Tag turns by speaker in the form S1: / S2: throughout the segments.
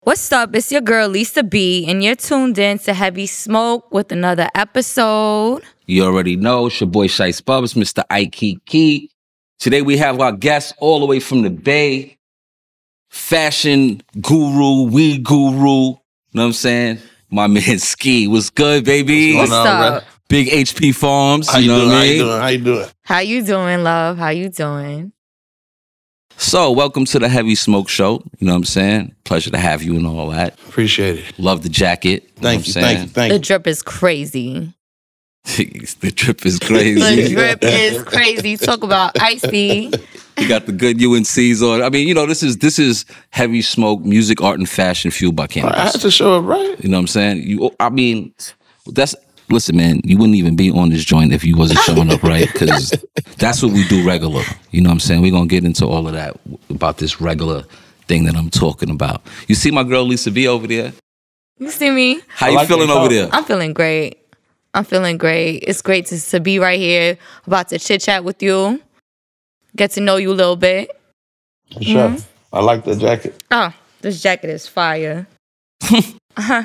S1: What's up? It's your girl Lisa B, and you're tuned in to Heavy Smoke with another episode.
S2: You already know it's your boy Shice Bubs, Mr. Ike Key. Today we have our guest all the way from the Bay, fashion guru, weed guru. You know what I'm saying? My man Ski, what's good, baby?
S1: What's up?
S2: Big HP Farms.
S3: How
S2: you
S3: you,
S2: know
S3: doing?
S2: what
S3: How
S2: I
S3: you
S2: mean?
S3: doing? How you doing?
S1: How you doing, love? How you doing?
S2: So, welcome to the Heavy Smoke Show. You know what I'm saying? Pleasure to have you and all that.
S3: Appreciate it.
S2: Love the jacket. know
S3: Thank you,
S2: what I'm
S3: thank you, thank
S1: The
S3: you.
S1: drip is crazy.
S2: saying? the drip is
S1: The
S2: crazy.
S1: drip is crazy. Talk about icy.
S2: You got the good UNCs on. I mean, you know, this is this is heavy smoke, music, art, and fashion fueled by cannabis.
S3: I had to show up, right?
S2: You know what I'm saying? You, I mean, that's listen, man. You wouldn't even be on this joint if you wasn't showing up, right? Because that's what we do regular. You know what I'm saying? We're gonna get into all of that w- about this regular thing that I'm talking about. You see my girl Lisa V over there?
S1: You see me?
S2: How
S3: I
S2: you
S3: like
S2: feeling
S3: your
S2: over
S3: color.
S2: there?
S1: I'm feeling great. I'm feeling great. It's great to, to be right here, about to chit chat with you, get to know you a little bit.
S3: For sure.
S1: Mm-hmm.
S3: I like the jacket.
S1: Oh, this jacket is fire. Uh-huh.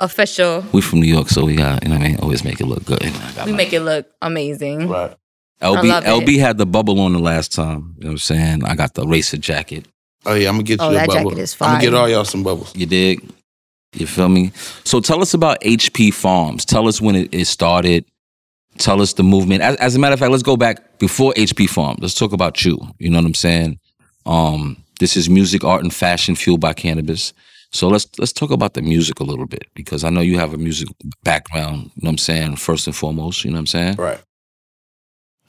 S1: Official.
S2: We from New York, so we got you know what I mean. Always make it look good. And I got
S1: We
S2: my-
S1: make it look amazing.
S3: Right.
S1: I
S2: LB
S1: love it.
S2: LB had the bubble on the last time. You know what I'm saying? I got the racer jacket.
S3: Oh yeah, I'm gonna get
S1: Oh,
S3: you a
S1: that
S3: bubble.
S1: jacket is
S3: I'm gonna get
S1: fire.
S3: all y'all some bubbles.
S2: You dig? You feel me? So tell us about HP Farms. Tell us when it, it started. Tell us the movement. As, as a matter of fact, let's go back before HP Farm. Let's talk about you. You know what I'm saying? Um, this is music, art, and fashion fueled by cannabis. So let's let's talk about the music a little bit because I know you have a music background. You know what I'm saying? First and foremost, you know what I'm saying?
S3: Right.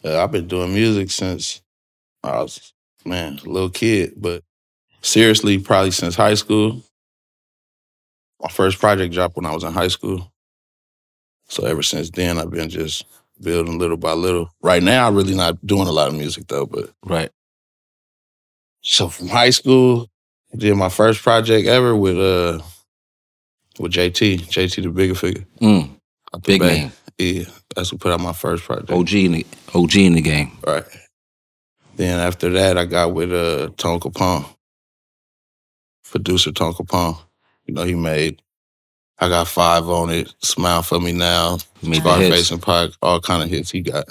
S3: Uh, I've been doing music since I was man, a little kid, but seriously, probably since high school. My first project dropped when I was in high school. So ever since then I've been just building little by little. Right now I'm really not doing a lot of music though, but
S2: Right.
S3: So from high school, I did my first project ever with uh with JT, JT the bigger figure.
S2: Mm,
S3: out the
S2: big Oh.
S3: Bay.
S2: name.
S3: Yeah, that's who put out my first project.
S2: OG in the OG in the game.
S3: Right. Then after that, I got with uh Tone Capone, producer Tone Capone. You know, he made I got five on it, Smile for Me Now,
S2: Made the
S3: Scarface
S2: hits.
S3: and Pac, all kind of hits he got.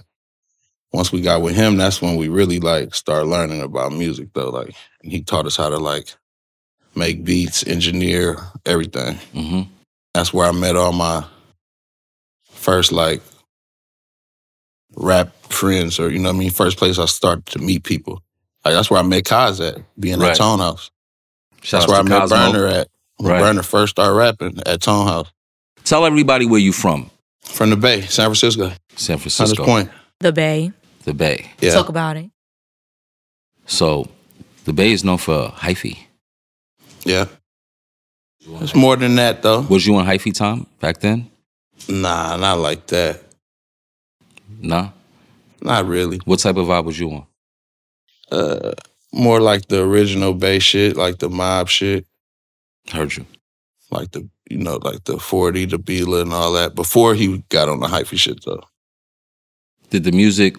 S3: Once we got with him, that's when we really like start learning about music though. Like and he taught us how to like make beats, engineer, everything.
S2: hmm
S3: That's where I met all my first like rap friends or you know what I mean, first place I started to meet people. Like that's where I met Kaz at, being
S2: Right.
S3: at Tone House.
S2: Shout
S3: That's
S2: out
S3: where I
S2: to
S3: met
S2: Cosmo.
S3: Burner at. When
S2: Right.
S3: Burner first started rapping at Tone House.
S2: Tell everybody where you from.
S3: From the Bay, San Francisco.
S2: San
S3: Hunters
S2: Francisco.
S3: Point.
S1: The Bay.
S2: The Bay.
S3: Yeah.
S1: Talk about it.
S2: So the Bay is known for hyphy.
S3: Yeah. It's more than that though.
S2: Was you on hyphy time back then?
S3: Nah, not like that.
S2: Nah.
S3: Not really.
S2: What type of vibe was you on?
S3: Uh, more like the original bass shit, like the mob shit,
S2: Heard you.
S3: like the you know, like the forty, the Beela, and all that. Before he got on the hyphy shit though.
S2: Did the music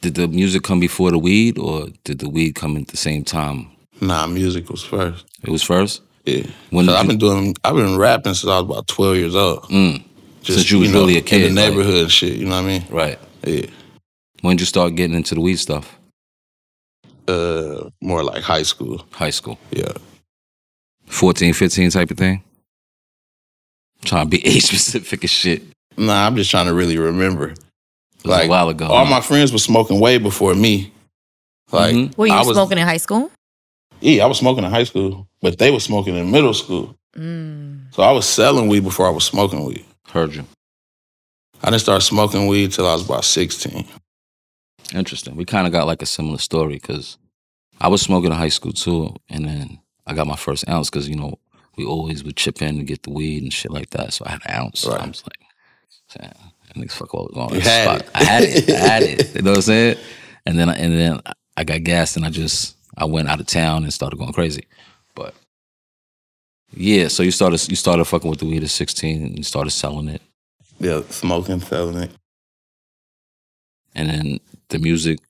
S2: did the music come before the weed or did the weed come at the same time?
S3: Nah, music was first.
S2: It was first?
S3: Yeah.
S2: When
S3: So
S2: did
S3: I've
S2: you-
S3: been doing, I've been rapping since I was about twelve years old.
S2: Mm, Since you was
S3: know,
S2: really a kid,
S3: in the
S2: like-
S3: neighborhood and shit. You know what I mean?
S2: right.
S3: Yeah.
S2: When did you start getting into the weed stuff?
S3: Uh, more like high school.
S2: High school.
S3: Yeah.
S2: 14, 15 type of thing? trying to be age specific as shit. It
S3: Nah, I'm just trying to really remember.
S2: was a while ago.
S3: All
S2: huh?
S3: my friends were smoking way before me. Like,
S2: Mhm.
S1: Were you
S3: I was,
S1: smoking in high school?
S3: Yeah, E, I was smoking in high school, but they were smoking in middle school.
S1: Mm.
S3: So I was selling weed before I was smoking weed.
S2: Heard you.
S3: I didn't start smoking weed till I was about 16.
S2: Interesting. We kind of got like a similar story because I was smoking in high school too, and then I got my first ounce because you know we always would chip in and get the weed and shit like that. So I had an ounce. I
S3: Right.
S2: was like, "Damn, that niggas fuck all going on
S3: You
S2: this
S3: had
S2: spot."
S3: it.
S2: I had it. I had it. You know what I'm saying? And then I, and then I got gassed and I just I went out of town and started going crazy. But yeah, so you started you started fucking with the weed at 16 and you started selling it,
S3: Yeah, smoking, selling it.
S2: and then the music.
S3: Uh,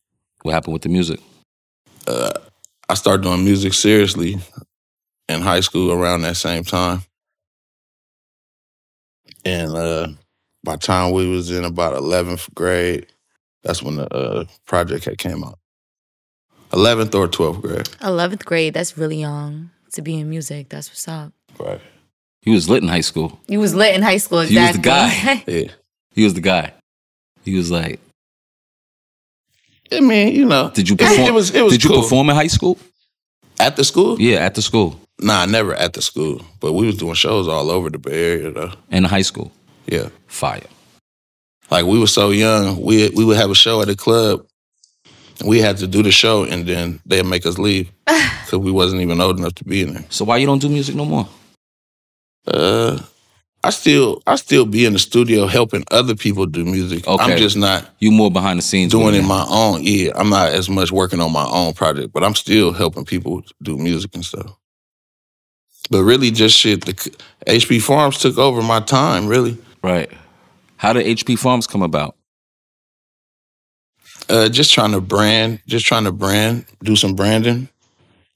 S2: What happened with the music?
S3: I started doing music seriously in high school around that same time. And uh, by the time we was in about 11th grade, that's when the uh, project had came out. 11th or 12th grade.
S1: 11th grade, that's really young to be in music. That's what's up.
S3: Right.
S2: He was lit in high school.
S1: You was lit in high school,
S2: He
S1: exactly.
S2: was the guy.
S3: Yeah.
S2: He was the guy. He was like,
S3: I mean, you know.
S2: did you
S3: it-
S2: perform?
S3: It, was, it was
S2: did you
S3: cool.
S2: perform in high school?
S3: At the school?
S2: Yeah, at the school
S3: Nah, never at the school. But we was doing shows all over the Bay Area, though.
S2: in high school.
S3: Yeah.
S2: Fire.
S3: Like we were so young, we we would have a show at a club. We had to do the show, and then they'd make us leave because we wasn't even old enough to be in there.
S2: So why you don't do music no more?
S3: Uh, I still I still be in the studio helping other people do music.
S2: Okay.
S3: I'm just not
S2: You more behind the scenes with
S3: doing
S2: it
S3: it
S2: now.
S3: my own. Yeah, I'm not as much working on my own project, but I'm still helping people do music and stuff. But really, just shit. The c- HB Farms took over my time. Really,
S2: right. How did HP Farms come about?
S3: uh, just trying to brand, just trying to brand, do some branding.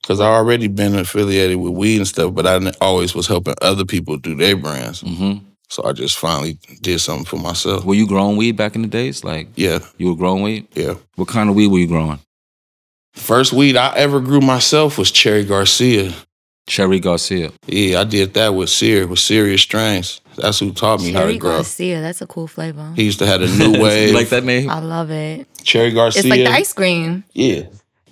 S3: Cause I already been affiliated with weed and stuff, but I n- always was helping other people do their brands.
S2: hmm
S3: So I just finally did something for myself.
S2: Were you growing weed back in the days? Like
S3: Yeah,
S2: you were growing weed?
S3: yeah.
S2: What kind of weed were you growing?
S3: First weed I ever grew myself was Cherry Garcia.
S2: Cherry Garcia.
S3: Yeah, I did that with Sear, with Serious Strains. That's who taught me how
S1: Cherry
S3: to grow.
S1: Garcia, that's a cool flavor.
S3: He used to have a new
S2: you
S3: wave.
S2: like that name?
S1: I love it.
S3: Cherry Garcia.
S1: It's like the ice cream.
S3: Yeah.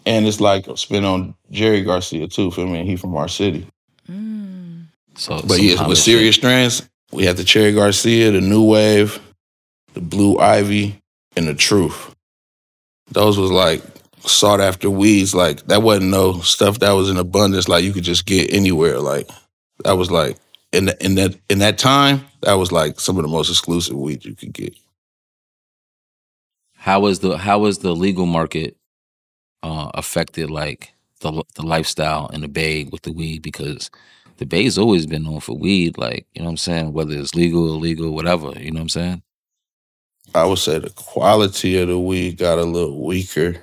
S3: And it's like a spin on Jerry Garcia too, feel me? He from our city.
S1: Mm.
S2: So,
S3: But
S2: some
S3: yeah,
S2: holla
S3: with
S2: shit.
S3: Serious Strands, we had the Cherry Garcia, the New Wave, the Blue Ivy, and the Truth. Those was like sought after weeds. Like that wasn't no stuff that was in abundance. Like you could just get anywhere. Like that was like in the, in that in that time, that was like some of the most exclusive weed you could get.
S2: How was the how was the legal market uh, affected like the the lifestyle in the Bay with the weed? Because the Bay's always been known for weed, like you know what I'm saying, whether it's legal, illegal, whatever. You know what I'm saying?
S3: I would say the quality of the weed got a little weaker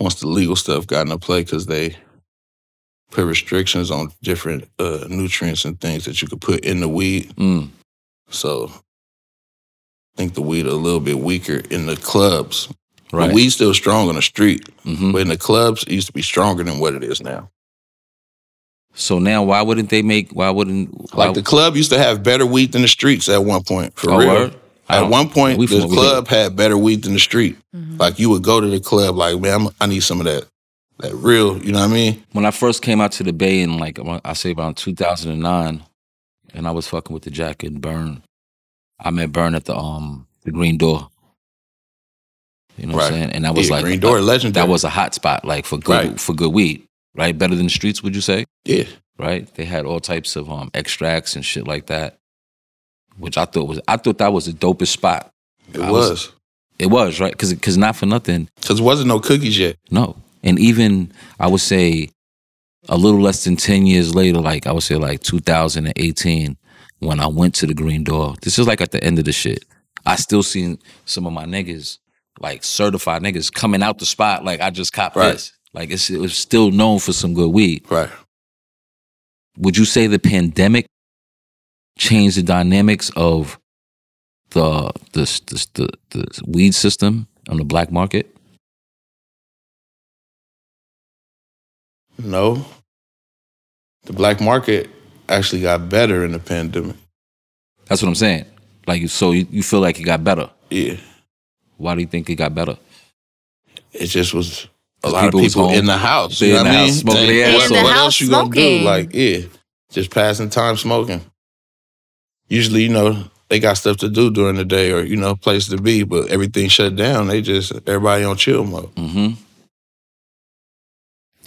S3: once the legal stuff got into play because they put restrictions on different uh, nutrients and things that you could put in the weed.
S2: Mm.
S3: So I think the weed a little bit weaker in the clubs.
S2: Right.
S3: The weed's still strong on the street,
S2: hmm
S3: but in the clubs, it used to be stronger than what it is now.
S2: So now, why wouldn't they make? Why wouldn't why,
S3: Like the club used to have better weed than the streets at one point, for
S2: Oh,
S3: real.
S2: word? I
S3: At
S2: don't-
S3: one point,
S2: we
S3: the
S2: from- we-
S3: club had better weed than the street.
S1: Mhm.
S3: Like you would go to the club, like man, I'm, I need some of that, that real. You know what I mean?
S2: when I first came out to the Bay in like around- I say around 2009, and I was fucking with the Jack and Burn. I met Burn at the um the Green Door. You know what I'm
S3: Right.
S2: saying? And that was
S3: Yeah,
S2: like
S3: Green Door, legendary.
S2: that was a hot spot like for good
S3: Right.
S2: for good weed, right? Better than the streets, would you say?
S3: Yeah,
S2: Right? They had all types of um extracts and shit like that, which I thought was I thought that was the dopest spot.
S3: it
S2: I was-
S3: was
S2: It was right because because not for nothing,
S3: because it wasn't no cookies yet.
S2: no. And even I would say a little less than 10 years later, like I would say like 2018, when I went to the Green Door, this is like at the end of the shit. I still seen some of my niggas, like certified niggas, coming out the spot. Like I just copped
S3: Right.
S2: this. Like it's, it was still known for some good weed.
S3: Right.
S2: Would you say the pandemic changed the dynamics of the the the, the, the weed system on the black market?
S3: No, the black market actually got better in the pandemic.
S2: That's what I'm saying. Like, so you, you feel like it got better.
S3: Yeah,
S2: Why do you think it got better?
S3: it just was a
S2: 'Cause
S3: lot
S2: people
S3: of
S2: was
S3: people
S2: home.
S3: in the house.
S2: They
S3: You know
S2: in
S3: what I
S2: the
S3: mean?
S2: house smoking
S3: They-
S2: their ass
S3: what
S2: off.
S1: In
S3: what
S1: the
S3: else you
S1: house
S3: gonna do?
S1: smoking.
S3: Like yeah, just passing time smoking. Usually, you know. They got stuff to do during the day or, you know, place to be, but everything shut down. They just, everybody on chill mode.
S2: hmm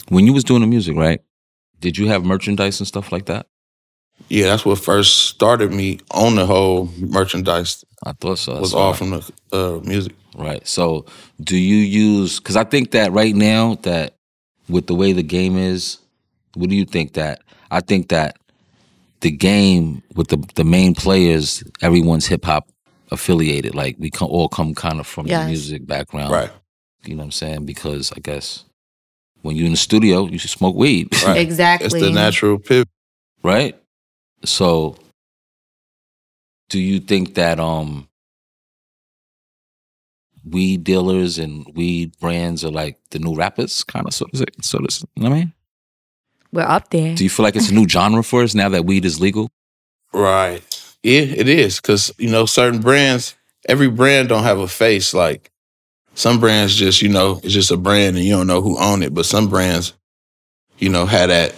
S2: When you was doing the music, right? Did you have merchandise and stuff like that?
S3: Yeah, that's what first started me on the whole merchandise
S2: I thought so.
S3: was
S2: That's
S3: all from the uh, music.
S2: Right. So, do you use? Because I think that right now, that with the way the game is, what do you think that? I think that the game with the the main players, everyone's hip hop affiliated. Like we co- all come kind of from
S1: Yes.
S2: Oh. the music background,
S3: Right.
S2: You know what I'm saying? Because I guess When you're in the studio, you should smoke weed,
S3: Right.
S1: Exactly.
S3: It's the natural pivot.
S2: right? So, do you think that um, weed dealers and weed brands are like the new rappers, kind of so to say? So this, you know what I mean,
S1: We're up there.
S2: do you feel like it's a new genre for us now that weed is legal?
S3: Right. Yeah, it is because you know certain brands. Every brand don't have a face. Like some brands, just you know, it's just a brand, and you don't know who own it. But some brands, you know, had that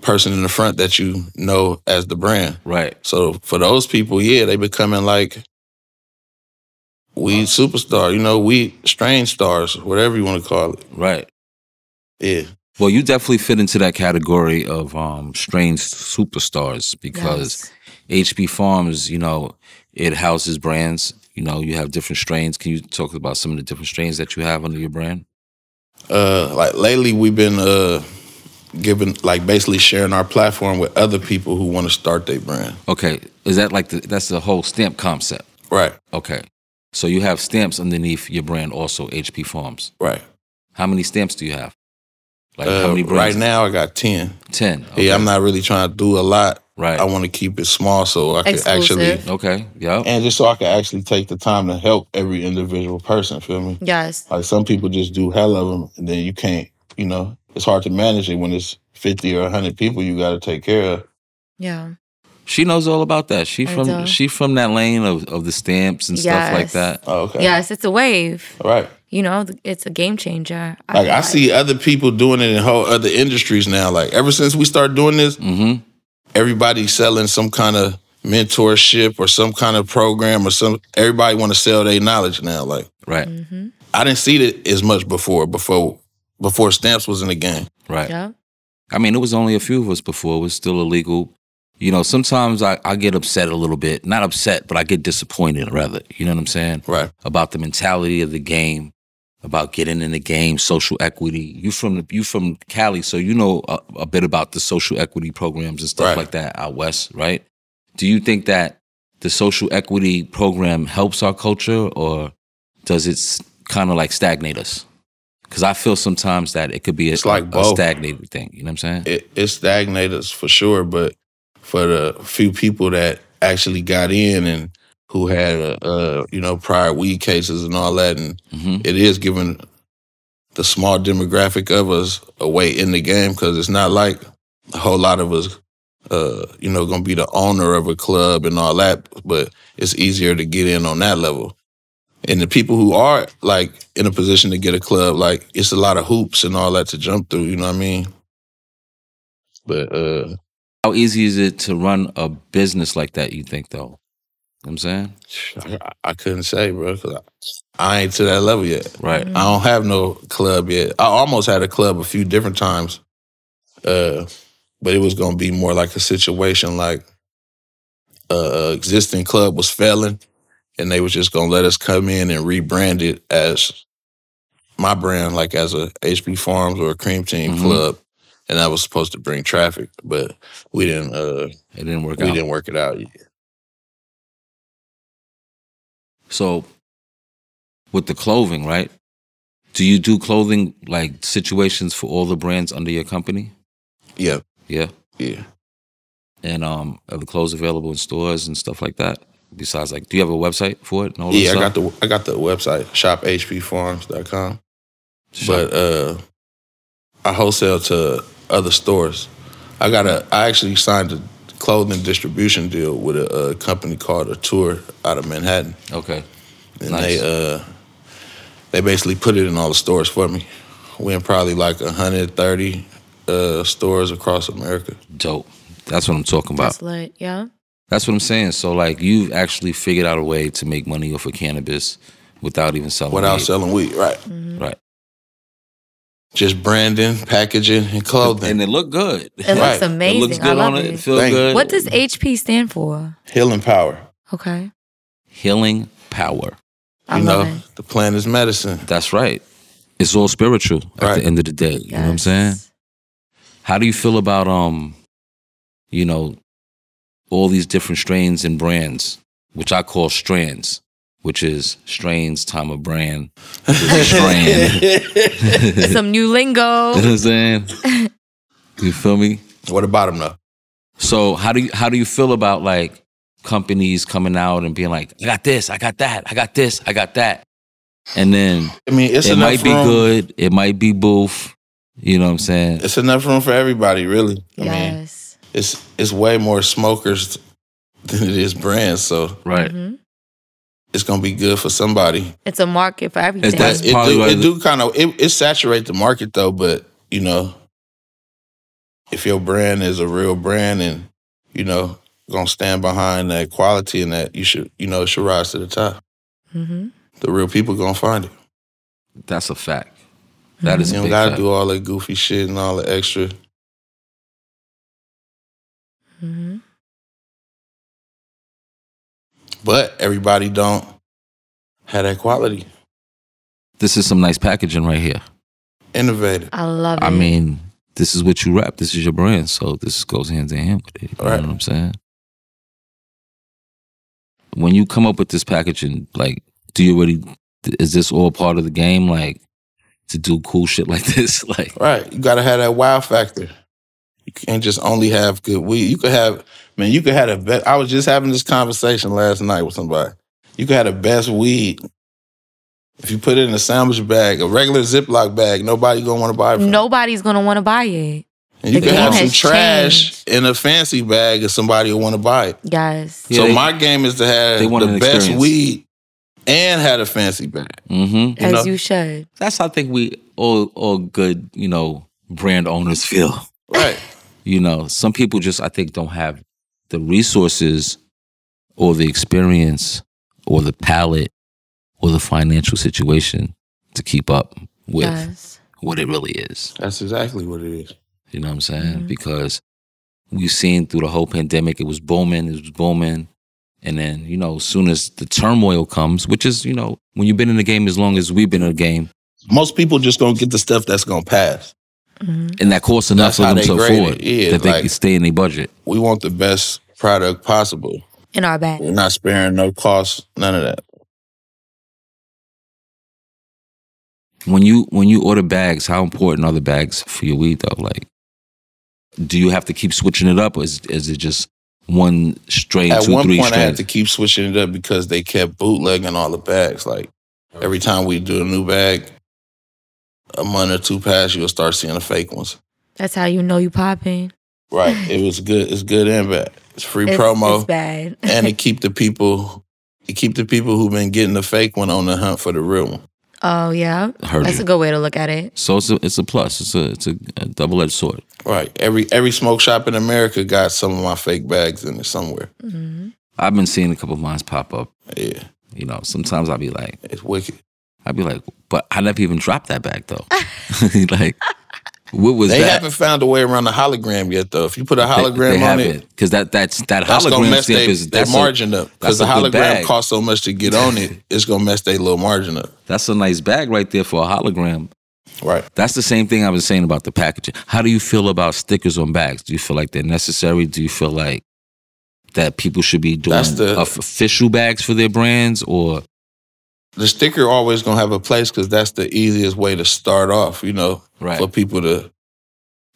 S3: person in the front that you know as the brand.
S2: Right.
S3: So for those people, yeah, they becoming like weed superstar. You know, weed strange stars, whatever you want to call it.
S2: Right.
S3: Yeah.
S2: Well, you definitely fit into that category of um, strange superstars because
S1: Yes.
S2: HB Farms, you know, it houses brands. You know, you have different strains. Can you talk about some of the different strains that you have under your brand?
S3: uh like lately we've been uh giving like basically sharing our platform with other people who want to start their brand
S2: Okay, is that like the, that's the whole stamp concept?
S3: right
S2: Okay, so you have stamps underneath your brand also. HP Farms.
S3: right
S2: How many stamps do you have? Like
S3: Uh,
S2: how many
S3: right
S2: brands?
S3: now i got 10
S2: ten.
S3: yeah
S2: Okay.
S3: i'm not really trying to do a lot
S2: Right.
S3: i want to keep it small so i can
S1: Exclusive.
S3: actually
S2: okay. Yeah.
S3: and just so i can actually take the time to help every individual person feel me
S1: Yes.
S3: like some people just do hell of them and then you can't you know it's hard to manage it when it's 50 or 100 people you got to take care of
S1: Yeah.
S2: She knows all about that. She
S1: I
S2: from
S1: do.
S2: she from that lane of, of the stamps and stuff like
S1: Yes.
S2: that.
S3: oh, okay
S1: Yes, it's a wave.
S3: all right
S1: You know, th- it's a game changer.
S3: Like
S1: feel
S3: I see other people doing it in whole other industries now. Like ever since we started doing this,
S2: Mm-hmm.
S3: everybody's selling some kind of mentorship or some kind of program or some. Everybody want to sell their knowledge now. Like
S2: Right.
S1: Mm,
S3: I didn't see it as much before. Before before stamps was in the game.
S2: Right.
S1: Yeah.
S2: I mean, it was only a few of us before. It was still illegal. You know, sometimes I, I get upset a little bit. Not upset, but I get disappointed, rather. You know what I'm saying?
S3: Right.
S2: About the mentality of the game, about getting in the game, social equity. You from the, you from Cali, so you know a, a bit about the social equity programs and stuff
S3: Right.
S2: like that out west, right? Do you think that the social equity program helps our culture, or does it kind of like stagnate us? Because I feel sometimes that it could be a,
S3: It's like
S2: a
S3: both.
S2: stagnated thing. You know what I'm saying?
S3: It it stagnated us for sure, but for the few people that actually got in and who had uh, uh you know prior weed cases and all that and
S2: hmm
S3: it is giving the small demographic of us a way in the game because it's not like a whole lot of us, uh, you know, gonna be the owner of a club and all that. But it's easier to get in on that level. And the people who are like in a position to get a club, like it's a lot of hoops and all that to jump through. You know what I mean? But uh,
S2: How easy is it to run a business like that, you think, though? You know what I'm saying?
S3: I, I couldn't say, bro, 'cause I, I ain't to that level yet.
S2: Right.
S3: I don't have no club yet. I almost had a club a few different times, uh, but it was gonna be more like a situation like uh, a existing club was failing, and they was just gonna let us come in and rebrand it as my brand, like as a HB Farms or a Cream Team
S2: Mhm.
S3: club, and that was supposed to bring traffic, but we didn't. Uh,
S2: It didn't work
S3: we
S2: out.
S3: didn't work it out. yet.
S2: So, with the clothing, right? Do you do clothing like situations for all the brands under your company?
S3: Yeah,
S2: Yeah.
S3: yeah.
S2: And um, are the clothes available in stores and stuff like that? Besides, like, do you have a website for it? And all that
S3: Yeah, I
S2: stuff?
S3: got the I got the website shophpfarms.com.
S2: Shop-
S3: but uh, I wholesale to other stores. I got a. I actually signed a clothing distribution deal with a, uh company called A Tour out of Manhattan,
S2: okay.
S3: and
S2: Nice.
S3: they uh, they basically put it in all the stores for me. We're in probably like 130 uh, stores across America.
S2: Dope. That's what I'm talking about.
S1: That's lit. Yeah.
S2: That's what I'm saying. So, like, you've actually figured out a way to make money off of cannabis without even selling
S3: Without
S2: weed.
S3: selling weed, right?
S1: Mm-hmm.
S2: Right.
S3: Just branding, packaging, and clothing.
S2: And it looked good.
S1: It
S3: Right.
S1: looks amazing.
S2: It looks
S1: I
S2: good
S1: love
S2: on it.
S1: it.
S2: It feels
S3: Thank you.
S2: good.
S1: What does HP stand for?
S3: Healing power.
S1: Okay.
S2: healing power?
S1: I
S3: you
S1: love
S3: know,
S1: it.
S3: the plant is medicine.
S2: That's right. It's all spiritual at
S3: Right.
S2: the end of the day. You know what I'm
S1: Yes.
S2: saying? How do you feel about um, you know, all these different strains and brands, which I call strands, which is strains time of brand. which is Strand.
S1: Some new lingo.
S2: you know what I'm saying? You feel me?
S3: what about him though?
S2: So how do you how do you feel about like companies coming out and being like, I got this, I got that, I got this, I got that. And then
S3: I mean, it's
S2: it
S3: enough
S2: might be
S3: room.
S2: good, it might be boof. You know what I'm saying?
S3: It's enough room for everybody, really. I mean,
S1: yes.
S3: it's it's way more smokers than it is brands, so
S2: Right.
S1: Mhm.
S3: it's gonna be good for somebody.
S1: It's a market for everything.
S2: that- That's
S3: it
S2: probably
S3: do,
S2: why
S3: it
S2: the-
S3: do kind of it, it saturate the market though, but you know, if your brand is a real brand and you know gonna stand behind that quality and that you should you know it should rise to the top.
S1: Mhm.
S3: The real people gonna find it.
S2: That's a fact. That is
S3: You
S2: a
S3: don't
S2: big
S3: gotta
S2: fact.
S3: do all that goofy shit and all the extra.
S1: Mhm.
S3: But everybody don't have that quality.
S2: This is some nice packaging right here.
S3: Innovative.
S1: I love it.
S2: I mean, this is what you rap. This is your brand. So this goes hand in hand with it. You
S3: Right.
S2: know what I'm saying? When you come up with this packaging, like, do you already, is this all part of the game? Like, to do cool shit like this? Like,
S3: Right. You gotta have that wow factor. You can't just only have good weed. You could have, man, you could have the best. I was just having this conversation last night with somebody. You could have the best weed. If you put it in a sandwich bag, a regular Ziploc bag, nobody gonna want to buy it from you.
S1: Nobody's gonna want to buy it.
S3: And you
S1: the
S3: could
S1: game
S3: have some
S1: has
S3: trash
S1: changed.
S3: in a fancy bag and somebody will want to buy it.
S1: Yes.
S2: Yeah,
S3: so
S2: they-
S3: my game is to have
S2: they want
S3: the
S2: an
S3: best
S2: experience.
S3: weed and have a fancy bag.
S2: mm-hmm.
S3: You
S1: As
S3: know?
S1: you should.
S2: That's how I think we all, all good, you know, brand owners feel.
S3: Right.
S2: You know, some people just, I think, don't have the resources or the experience or the palate or the financial situation to keep up with
S1: Yes.
S2: what it really is.
S3: That's exactly what it is.
S2: You know what I'm saying?
S1: Mhm.
S2: Because we've seen through the whole pandemic, it was booming, it was booming. And then, you know, as soon as the turmoil comes, which is, you know, when you've been in the game as long as we've been in the game,
S3: Most people just gonna get the stuff that's gonna pass.
S1: Mhm.
S2: and that costs enough
S3: That's
S2: for
S3: how
S2: them
S3: they
S2: to
S3: grade
S2: afford
S3: it. Yeah,
S2: that they
S3: like-
S2: can stay in their budget.
S3: We want the best product possible.
S1: In our back.
S3: We're not sparing no cost, none of that.
S2: When you when you order bags, how important are the bags for your weed though? Like, do you have to keep switching it up, or is, is it just one strain,
S3: At
S2: two,
S3: one
S2: three
S3: point, I
S2: strains?
S3: had to keep switching it up because they kept bootlegging all the bags. Like every time we do a new bag, a month or two pass, you'll start seeing the fake ones.
S1: That's how you know you popping.
S3: Right. It was good. It's good and bad. It's free
S1: It's,
S3: promo,
S1: It's bad.
S3: and it keep the people. It keep the people who've been getting the fake one on the hunt for the real one.
S1: oh yeah.
S2: Heard
S1: That's
S2: you.
S1: a good way to look at it.
S2: so it's a, it's a plus. It's a it's a, a double edged sword.
S3: Right. Every every smoke shop in America got some of my fake bags in it somewhere.
S1: Mhm.
S2: I've been seeing a couple of mines pop up.
S3: Yeah.
S2: You know, sometimes I'll be like,
S3: It's wicked.
S2: I'll be like, but I never even dropped that bag though. like, what was
S3: They
S2: that?
S3: haven't found a way around the hologram yet, though. If you put a
S2: They-
S3: hologram
S2: they
S3: on
S2: haven't.
S3: it,
S2: because that that's that
S3: that's gonna
S2: hologram
S3: mess
S2: stamp
S3: they,
S2: is
S3: that
S2: that's a,
S3: margin up because the
S2: that's a good
S3: hologram
S2: bag.
S3: costs so much to get on it. It's gonna mess their little margin up,
S2: that's a nice bag right there for a hologram.
S3: right?
S2: That's the same thing I was saying about the packaging. How do you feel about stickers on bags? Do you feel like they're necessary? Do you feel like that people should be doing
S3: That's the-
S2: of- official bags for their brands or
S3: The sticker always gonna have a place because that's the easiest way to start off, you know,
S2: right?
S3: for people to.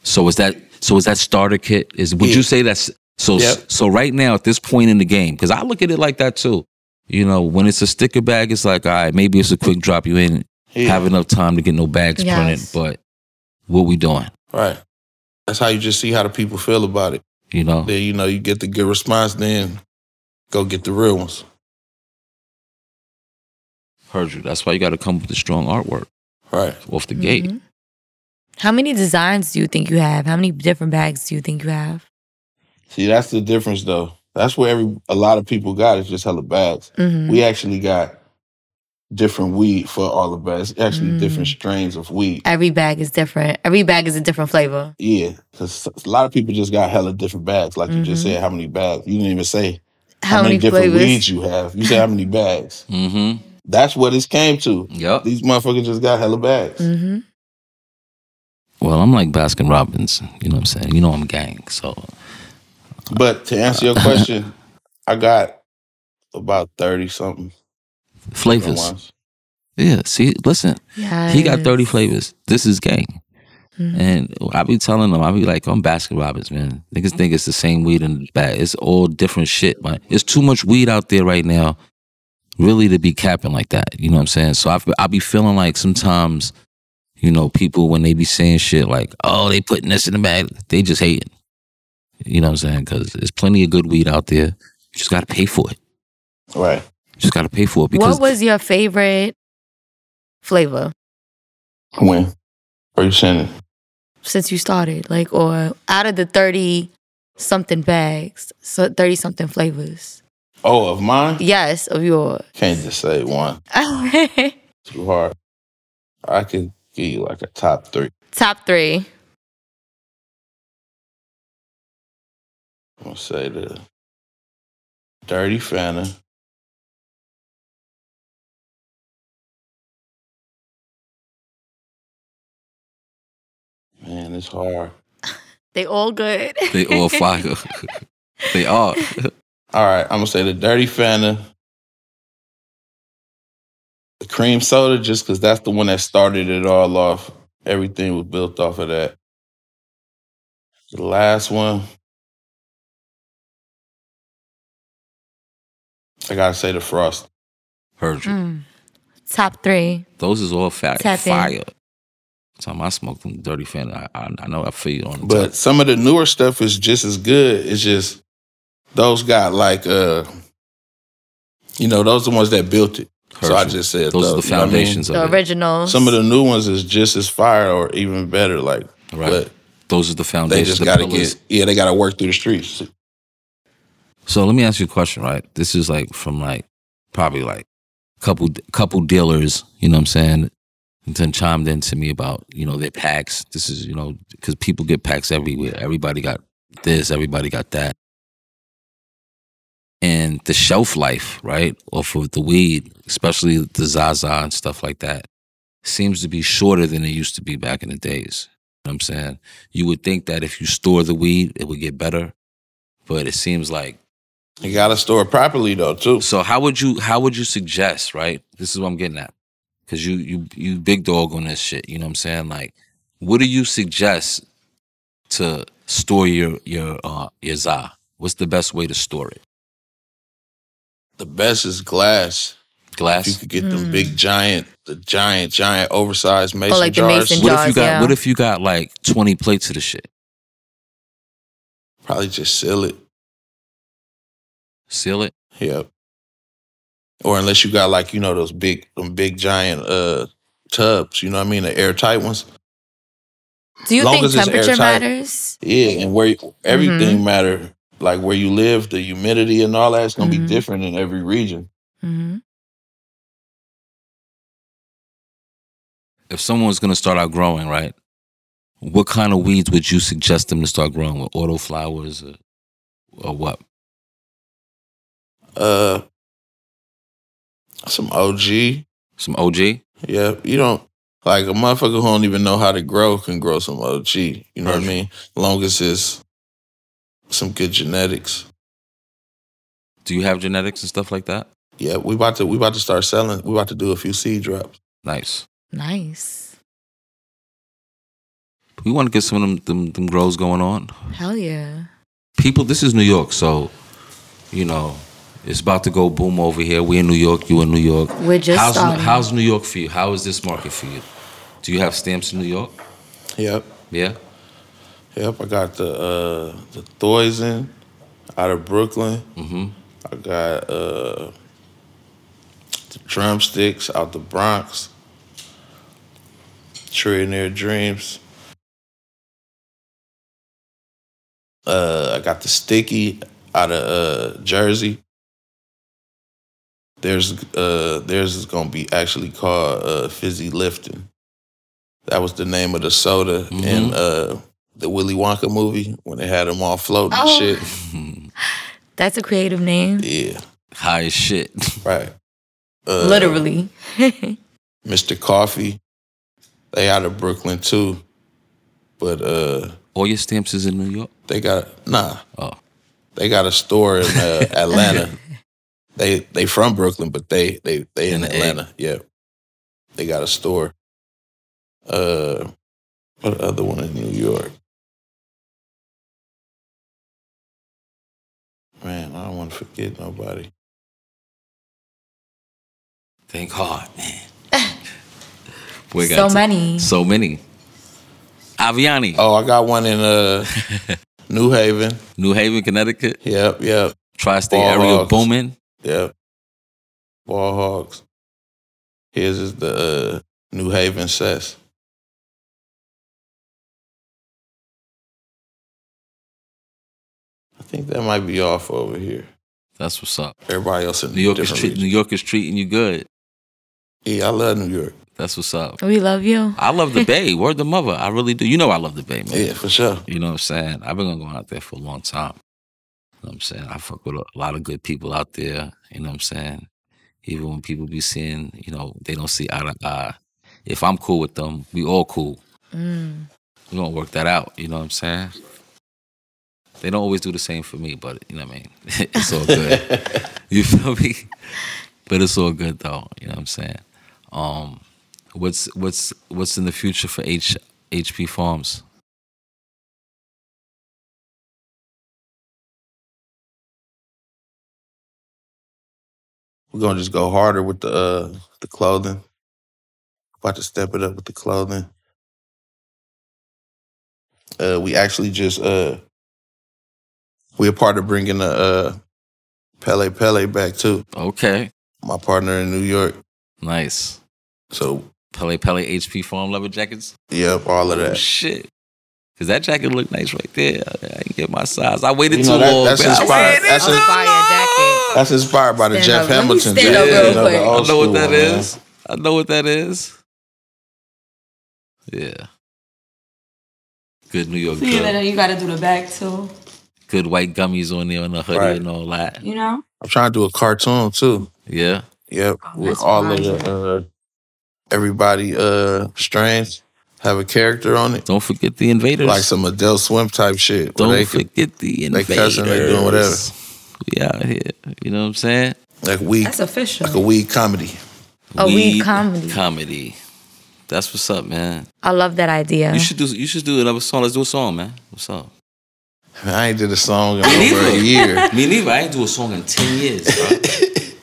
S2: So is that so is that starter kit? Is would
S3: Yeah.
S2: you say that's so
S3: Yep.
S2: so right now at this point in the game? Because I look at it like that too. You know, when it's a sticker bag, it's like all right, maybe it's a quick drop. You ain't
S3: Yeah,
S2: have enough time to get no bags
S1: Yes.
S2: printed, but what we doing?
S3: right. That's how you just see how the people feel about it.
S2: You know,
S3: Then you know you get the good response. Then go get the real ones.
S2: heard you. That's why you got to come with the strong artwork
S3: Right.
S2: off the gate.
S1: Mhm. How many designs do you think you have? How many different bags do you think you have?
S3: See, that's the difference, though. That's where every a lot of people got is just hella bags.
S1: Mhm.
S3: We actually got different weed for all of us. Actually,
S1: Mm.
S3: different strains of weed.
S1: Every bag is different. Every bag is a different flavor.
S3: Yeah, because a lot of people just got hella different bags. Like you just
S1: Mhm.
S3: said, how many bags? You didn't even say
S1: How,
S3: how, many, different
S1: flavors?
S3: weeds you have. You said how many bags.
S2: Mm-hmm.
S3: That's what this came to.
S2: Yep.
S3: These motherfuckers just got hella bags.
S1: hmm
S2: Well, I'm like Baskin Robbins. You know what I'm saying? You know I'm gang. So
S3: But to answer your question, I got about 30 something.
S2: flavors. Yeah, see, listen, he got 30 flavors. This is gang.
S1: Mhm.
S2: And I be telling them, I be like, I'm Baskin Robbins, man. Niggas think it's the same weed in the bag. It's all different shit, man. It's too much weed out there right now, really, to be capping like that. You know what I'm saying? So I, I be feeling like sometimes, you know, people when they be saying shit like, oh, they putting this in the bag, they just hating. You know what I'm saying? Because there's plenty of good weed out there. You just gotta pay for it.
S3: Right.
S2: You just gotta pay for it because
S1: What was your favorite flavor
S3: When? Are you sending?
S1: since you started? Like, or out of the 30 something bags, so 30 something flavors?
S3: Oh, of mine?
S1: Yes, of yours.
S3: Can't just say one. Too hard. I could give you like a top three.
S1: Top three.
S3: I'm gonna say the Dirty Fanta. Man, it's hard.
S1: They all good.
S2: they all fire. they are.
S3: All right, I'm gonna say the Dirty Fanta, the cream soda, just because that's the one that started it all off. Everything was built off of that. The last one, I gotta say the frost.
S2: Heard you.
S1: Mm. Top three.
S2: Those is all fat
S1: Tap in.
S2: fire. Time I smoked them dirty fan, I, I I know I feel you on the
S3: But
S2: touch.
S3: some of the newer stuff is just as good. It's just those got like uh, you know, those the ones that built it. So I
S2: Heard you.
S3: just said
S2: those are the
S3: you know what I mean?
S2: foundations
S1: The
S2: of it.
S1: originals.
S3: Some of the new ones is just as fire or even better. Like,
S2: Right.
S3: but
S2: Those are the
S3: they
S2: foundations.
S3: just
S2: the
S3: got to
S2: pillars.
S3: get yeah, they got to work through the streets.
S2: So let me ask you a question, right? This is like from like probably like couple couple dealers, you know what I'm saying? And then chimed in to me about you know their packs. This is you know because people get packs everywhere. Everybody got this. Everybody got that. And the shelf life, right, off of the weed, especially the Zaza and stuff like that, seems to be shorter than it used to be back in the days. You know what I'm saying? You would think that if you store the weed, it would get better, but it seems like
S3: You got to store it properly though too.
S2: so how would you how would you suggest, right? This is what I'm getting at. Cause you you you big dog on this shit. You know what I'm saying? Like, what do you suggest to store your your uh your za? What's the best way to store it?
S3: The best is glass. If you
S2: Glass?
S3: could get
S1: Mm.
S3: them big giant, the giant, giant oversized mason
S1: Oh, like the
S3: jars.
S1: mason
S2: What if
S1: jars,
S2: you got
S1: yeah.
S2: what if you got like twenty plates of the shit?
S3: Probably just seal it.
S2: Seal it?
S3: Yeah. Or unless you got like you know those big, them big giant uh tubs. You know what I mean? The airtight ones.
S1: Do you
S3: long
S1: think
S3: as it's
S1: temperature
S3: airtight.
S1: matters?
S3: Yeah, and where you- everything
S1: Mm-hmm.
S3: matter, like where you live, the humidity and all that's gonna
S1: Mhm.
S3: be different in every region.
S1: Mm-hmm.
S2: If someone's gonna start out growing, right? What kind of weeds would you suggest them to start growing with? Auto flowers or, or what?
S3: Uh, some OG.
S2: Some OG?
S3: Yeah, you don't like a motherfucker who don't even know how to grow can grow some OG. You know what I
S2: Perfect.
S3: mean? Long as it's some good genetics.
S2: Do you have genetics and stuff like that?
S3: Yeah, we about to we about to start selling. We about to do a few seed drops.
S2: Nice.
S1: Nice.
S2: We want to get some of them, them, them grows going on.
S1: Hell yeah.
S2: People, this is New York, so, you know, it's about to go boom over here. We're in New York, you in New York.
S1: We're just
S2: how's,
S1: starting.
S2: how's New York for you? How is this market for you? Do you have stamps in New York?
S3: Yep,
S2: Yeah?
S3: yep. I got the uh the Thoison out of Brooklyn.
S2: hmm
S3: I got uh the drumsticks out the Bronx. Trillionaire Dreams. Uh I got the sticky out of uh Jersey. There's uh theirs is gonna be actually called uh Fizzy Lifting. That was the name of the soda in
S2: Mhm.
S3: uh the Willy Wonka movie when they had them all floating and
S1: Oh.
S3: shit.
S1: That's a creative name.
S3: Yeah,
S2: High as shit.
S3: right. Uh,
S1: Literally.
S3: Mr. Coffee. They out of Brooklyn too. But uh
S2: All your stamps is in New York?
S3: they got nah.
S2: Oh.
S3: They got a store in uh, Atlanta. They they from Brooklyn, but they they they in
S2: In the A.
S3: Atlanta. Yeah, they got a store. Uh, what other one in New York? Man, I don't want to forget nobody.
S2: Thank God, man. Boy, I
S1: so
S2: got to-
S1: many.
S2: So many. Aviani,
S3: Oh, I got one in uh New Haven.
S2: New Haven, Connecticut,
S3: Yep, yep,
S2: tri-state
S3: Ball
S2: area
S3: Hogs.
S2: booming.
S3: yep. Ball Hawks. Here's is the uh, New Haven Sess. I think that might be off over here.
S2: That's what's up.
S3: Everybody else in
S2: New York is
S3: different
S2: treat, New
S3: regions.
S2: York is treating you good.
S3: Yeah, I love New York.
S2: That's what's up.
S1: We love you.
S2: I love the Bay. Word the mother. I really do. You know I love the Bay, man.
S3: Yeah, for sure.
S2: You know what I'm saying? I've been going out there for a long time. You know what I'm saying? I fuck with a lot of good people out there. You know what I'm saying? Even when people be seeing, you know, they don't see eye to eye. If I'm cool with them, we all cool.
S1: Mm.
S2: we gonna work that out. You know what I'm saying? They don't always do the same for me, but you know what I mean? it's all good. you feel me? But it's all good though. You know what I'm saying? Um, what's what's what's in the future for H HP Farms?
S3: We're gonna just go harder with the uh, the clothing. About to step it up with the clothing. Uh, we actually just uh, we're part of bringing the uh, Pele Pele back too.
S2: Okay,
S3: My partner in New York.
S2: nice.
S3: So
S2: Pele Pele HP Farm leather jackets.
S3: yep, all of
S2: Oh,
S3: that.
S2: shit. Cause that jacket looked nice right there. I didn't get my size. I waited
S3: You know,
S2: too
S3: that-
S2: long.
S3: that's
S2: man. I
S3: inspired-
S2: waited
S3: that's
S2: too
S1: ins- Fire jacket.
S2: long.
S3: That's inspired by the
S1: Stand
S3: Jeff
S1: up. Let me
S3: Hamilton.
S1: stand
S3: jacket,
S1: up
S3: you
S1: real
S3: know, the
S1: quick.
S3: old
S2: I know what
S3: school
S2: that
S3: one, man.
S2: is. I know what that is. Yeah. Good New York
S4: See you later.
S2: drug.
S4: You gotta do the back too.
S2: Good white gummies on there and the hoodie
S3: Right.
S2: and all that.
S4: You know.
S3: I'm trying to do a cartoon too.
S2: Yeah.
S3: Yep,
S4: Oh,
S3: with
S4: that's
S3: all of
S4: fire.
S3: the uh, everybody uh, strands have a character on it.
S2: Don't forget the invaders.
S3: like some Adele Swim type shit. where
S2: Don't
S3: they could-
S2: forget the
S3: they
S2: invaders.
S3: cussing, they doing whatever.
S2: We out here. You know what I'm saying?
S3: like weed,
S4: That's official.
S3: like a weed comedy.
S1: A
S4: Oh,
S1: weed comedy.
S2: Comedy. That's what's up, man.
S1: I love that idea.
S2: You should do. You should do another song. Let's do a song, man. What's up?
S3: Man, I ain't did a song in over a
S2: neither.
S3: year.
S2: Me neither. I ain't do a song in ten years. Bro.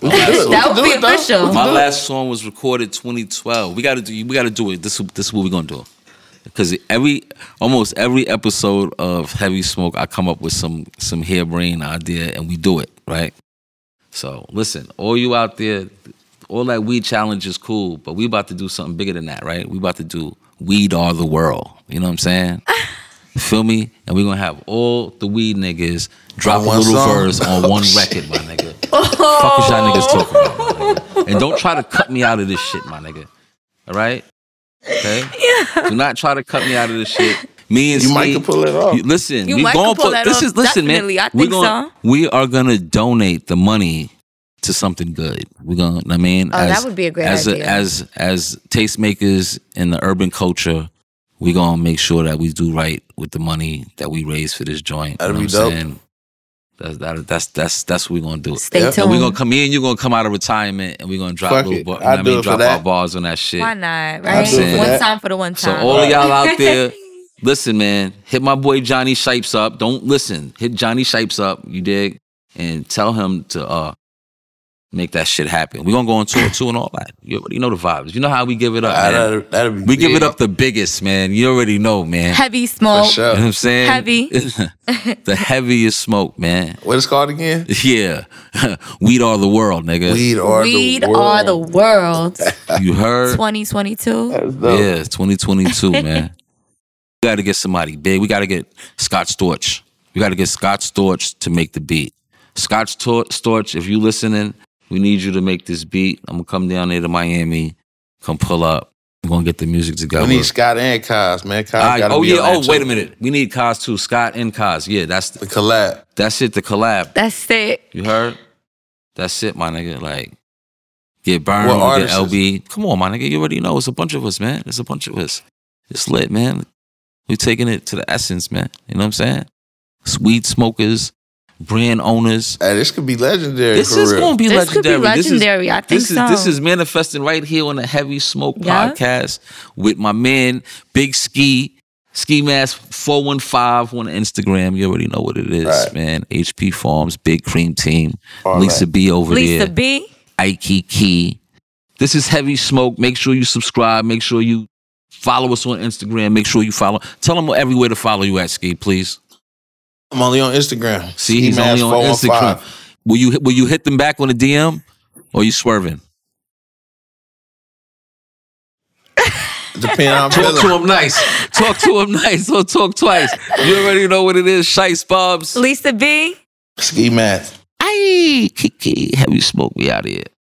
S3: We can do it. We
S1: That
S3: can
S1: would
S3: do
S1: be
S3: it, though.
S1: official.
S3: We can
S2: My
S3: do it.
S2: last song was recorded 2012. We gotta do. We gotta do it. This. This is what we gonna do. Because every, almost every episode of Heavy Smoke, I come up with some some harebrained idea and we do it right. So listen, all you out there, all that weed challenge is cool, but we about to do something bigger than that, right? We about to do weed are the world. You know what I'm saying? Feel me? And we're gonna have all the weed niggas drop
S3: On
S2: a
S3: one
S2: little
S3: song?
S2: verse on
S3: Oh,
S2: one
S3: shit.
S2: record, my nigga. Fuck what
S1: Oh.
S2: y'all niggas talking about, my nigga. And don't try to cut me out of this shit, my nigga. All right? Okay? Do not try to cut me out of this shit. Me and
S3: You might
S2: Sneak-
S3: could pull it off.
S2: You- listen,
S1: You
S2: we
S1: might
S2: going
S1: could pull
S2: for
S1: that
S2: this
S1: off,
S2: is listen,
S1: definitely.
S2: man.
S1: I
S2: we
S1: think
S2: gonna
S1: so.
S2: we are gonna donate the money to something good. We're gonna, I mean,
S1: Oh, that would be a great
S2: as
S1: idea.
S2: as as tastemakers in the urban culture, we gonna make sure that we do right with the money that we raise for this joint.
S3: That'd
S2: you know
S3: be
S2: what I'm
S3: dope.
S2: saying? That's that, that's that's that's what we're gonna do.
S1: Stay
S3: Yeah.
S1: tuned.
S2: And we're gonna come in. You're gonna come out of retirement, and we're gonna drop
S3: Fuck
S2: little,
S3: it.
S2: bar, you know
S3: I'll
S2: what I
S3: do
S2: mean,
S3: it for
S2: drop
S3: that.
S2: our bars on that shit.
S1: Why not?
S2: I'm
S1: Right?
S2: saying-
S1: One time for the one
S2: So
S1: time.
S2: all of
S3: Right.
S2: y'all out there, listen, man, hit my boy Johnny Shipes up. Don't listen. Hit Johnny Shipes up. You dig? And tell him to uh make that shit happen. We're gonna go on tour too and all that. You already know the vibes. You know how we give it up.
S3: Ah,
S2: man.
S3: that'd, that'd be
S2: We give
S3: big,
S2: it up the biggest, man. You already know, man.
S1: heavy
S3: for
S1: smoke.
S2: You know what
S3: sure.
S2: I'm saying?
S1: Heavy.
S2: the heaviest smoke, man.
S3: What it's called again?
S2: Yeah. Weed all the world, nigga.
S3: Weed or
S1: Weed
S3: the world.
S1: are the world.
S2: You heard?
S1: 2022.
S3: That's dope.
S2: Yeah, 2022, man. We got to get somebody big. We got to get Scott Storch. We got to get Scott Storch to make the beat. Scott Stor- Storch, if you listening, we need you to make this beat. I'm gonna come down there to Miami, come pull up. We're gonna get the music together.
S3: We need Scott and Cos, man. Cos
S2: All right.
S3: gotta
S2: Oh
S3: be
S2: yeah.
S3: on that
S2: Oh wait
S3: too.
S2: a minute. We need Cos too. Scott and Cos. Yeah, that's
S3: The collab.
S2: that's it. The collab.
S1: That's it.
S2: You heard? That's it, my nigga. Like, get burned,
S3: What
S2: get
S3: artists is
S2: LB. Come on, my nigga. You already know it's a bunch of us, man. It's a bunch of us. It's lit, man. We taking it to the essence, man. You know what I'm saying? It's weed smokers, brand owners.
S3: Hey, this could be legendary.
S2: This
S3: for
S2: is
S3: real.
S2: going to be
S1: This could be legendary.
S2: legendary. This is,
S1: I think
S2: this is, This
S1: so.
S2: is manifesting right here on the Heavy Smoke
S1: Yeah.
S2: podcast with my man Big Ski Ski Mask four one five on Instagram. You already know what it is,
S3: Right.
S2: man. HP Farms, Big Cream Team,
S3: All
S2: Lisa
S3: right.
S2: B over there.
S1: Lisa B.
S2: Ike Key. This is Heavy Smoke. Make sure you subscribe. Make sure you follow us on Instagram. Make sure you follow. Tell them everywhere to follow you at Ski, please.
S3: I'm only on Instagram.
S2: See, he's
S3: Ski-mask
S2: only on
S3: 415.
S2: Instagram. Will you will you hit them back on the DM or you swerving?
S3: Depending on how I'm
S2: Talk
S3: feeling.
S2: to him nice. Talk to him nice. Don't talk twice. You already know what it is. Shice Bobs.
S1: Lisa B.
S3: Ski math.
S2: Aye, Kiki. Heavy Smoke. We out of here.